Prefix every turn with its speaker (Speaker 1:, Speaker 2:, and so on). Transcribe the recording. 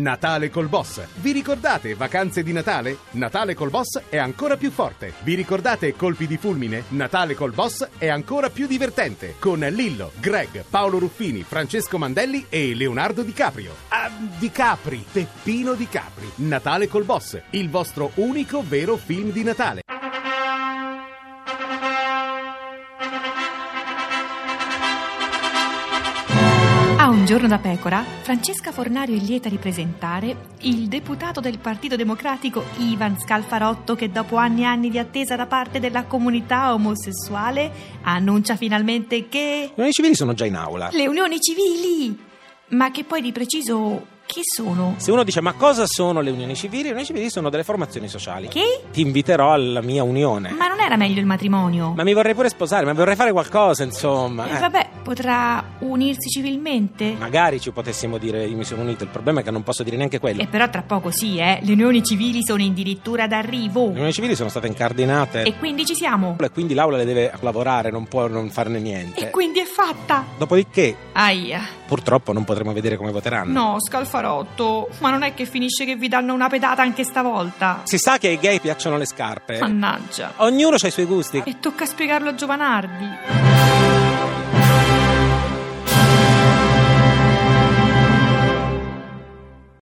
Speaker 1: Natale col boss. Vi ricordate vacanze di Natale? Natale col boss è ancora più forte. Vi ricordate colpi di fulmine? Natale col boss è ancora più divertente. Con Lillo, Greg, Paolo Ruffini, Francesco Mandelli e Leonardo Di Caprio. Ah, Di Capri, Peppino Di Capri. Natale col boss, il vostro unico vero film di Natale.
Speaker 2: A un giorno da pecora, Francesca Fornario è lieta di presentare il deputato del Partito Democratico Ivan Scalfarotto che dopo anni e anni di attesa da parte della comunità omosessuale annuncia finalmente che
Speaker 3: Le unioni civili sono già in aula.
Speaker 2: le unioni civili, ma che poi di preciso che sono?
Speaker 3: Se uno dice ma cosa sono le unioni civili? Le unioni civili sono delle formazioni sociali.
Speaker 2: Che?
Speaker 3: Ti inviterò alla mia unione.
Speaker 2: Ma non era meglio il matrimonio?
Speaker 3: Ma mi vorrei pure sposare, ma vorrei fare qualcosa, insomma.
Speaker 2: Eh,
Speaker 3: Eh,
Speaker 2: vabbè, potrà unirsi civilmente?
Speaker 3: Magari ci potessimo dire io mi sono unito, il problema è che non posso dire neanche quello.
Speaker 2: E però tra poco sì, eh, le unioni civili sono addirittura d'arrivo.
Speaker 3: Le unioni civili sono state incardinate
Speaker 2: E quindi ci siamo.
Speaker 3: e quindi l'aula le deve lavorare, non può non farne niente.
Speaker 2: E quindi è fatta.
Speaker 3: Dopodiché,
Speaker 2: Aia.
Speaker 3: purtroppo non potremo vedere come voteranno.
Speaker 2: No, Scalfarotto, ma non è che finisce che vi danno una pedata anche stavolta.
Speaker 3: Si sa che ai
Speaker 2: Ah,
Speaker 3: gay piacciono le scarpe.
Speaker 2: Mannaggia.
Speaker 3: Ognuno ha i suoi gusti.
Speaker 2: E tocca spiegarlo a Giovanardi.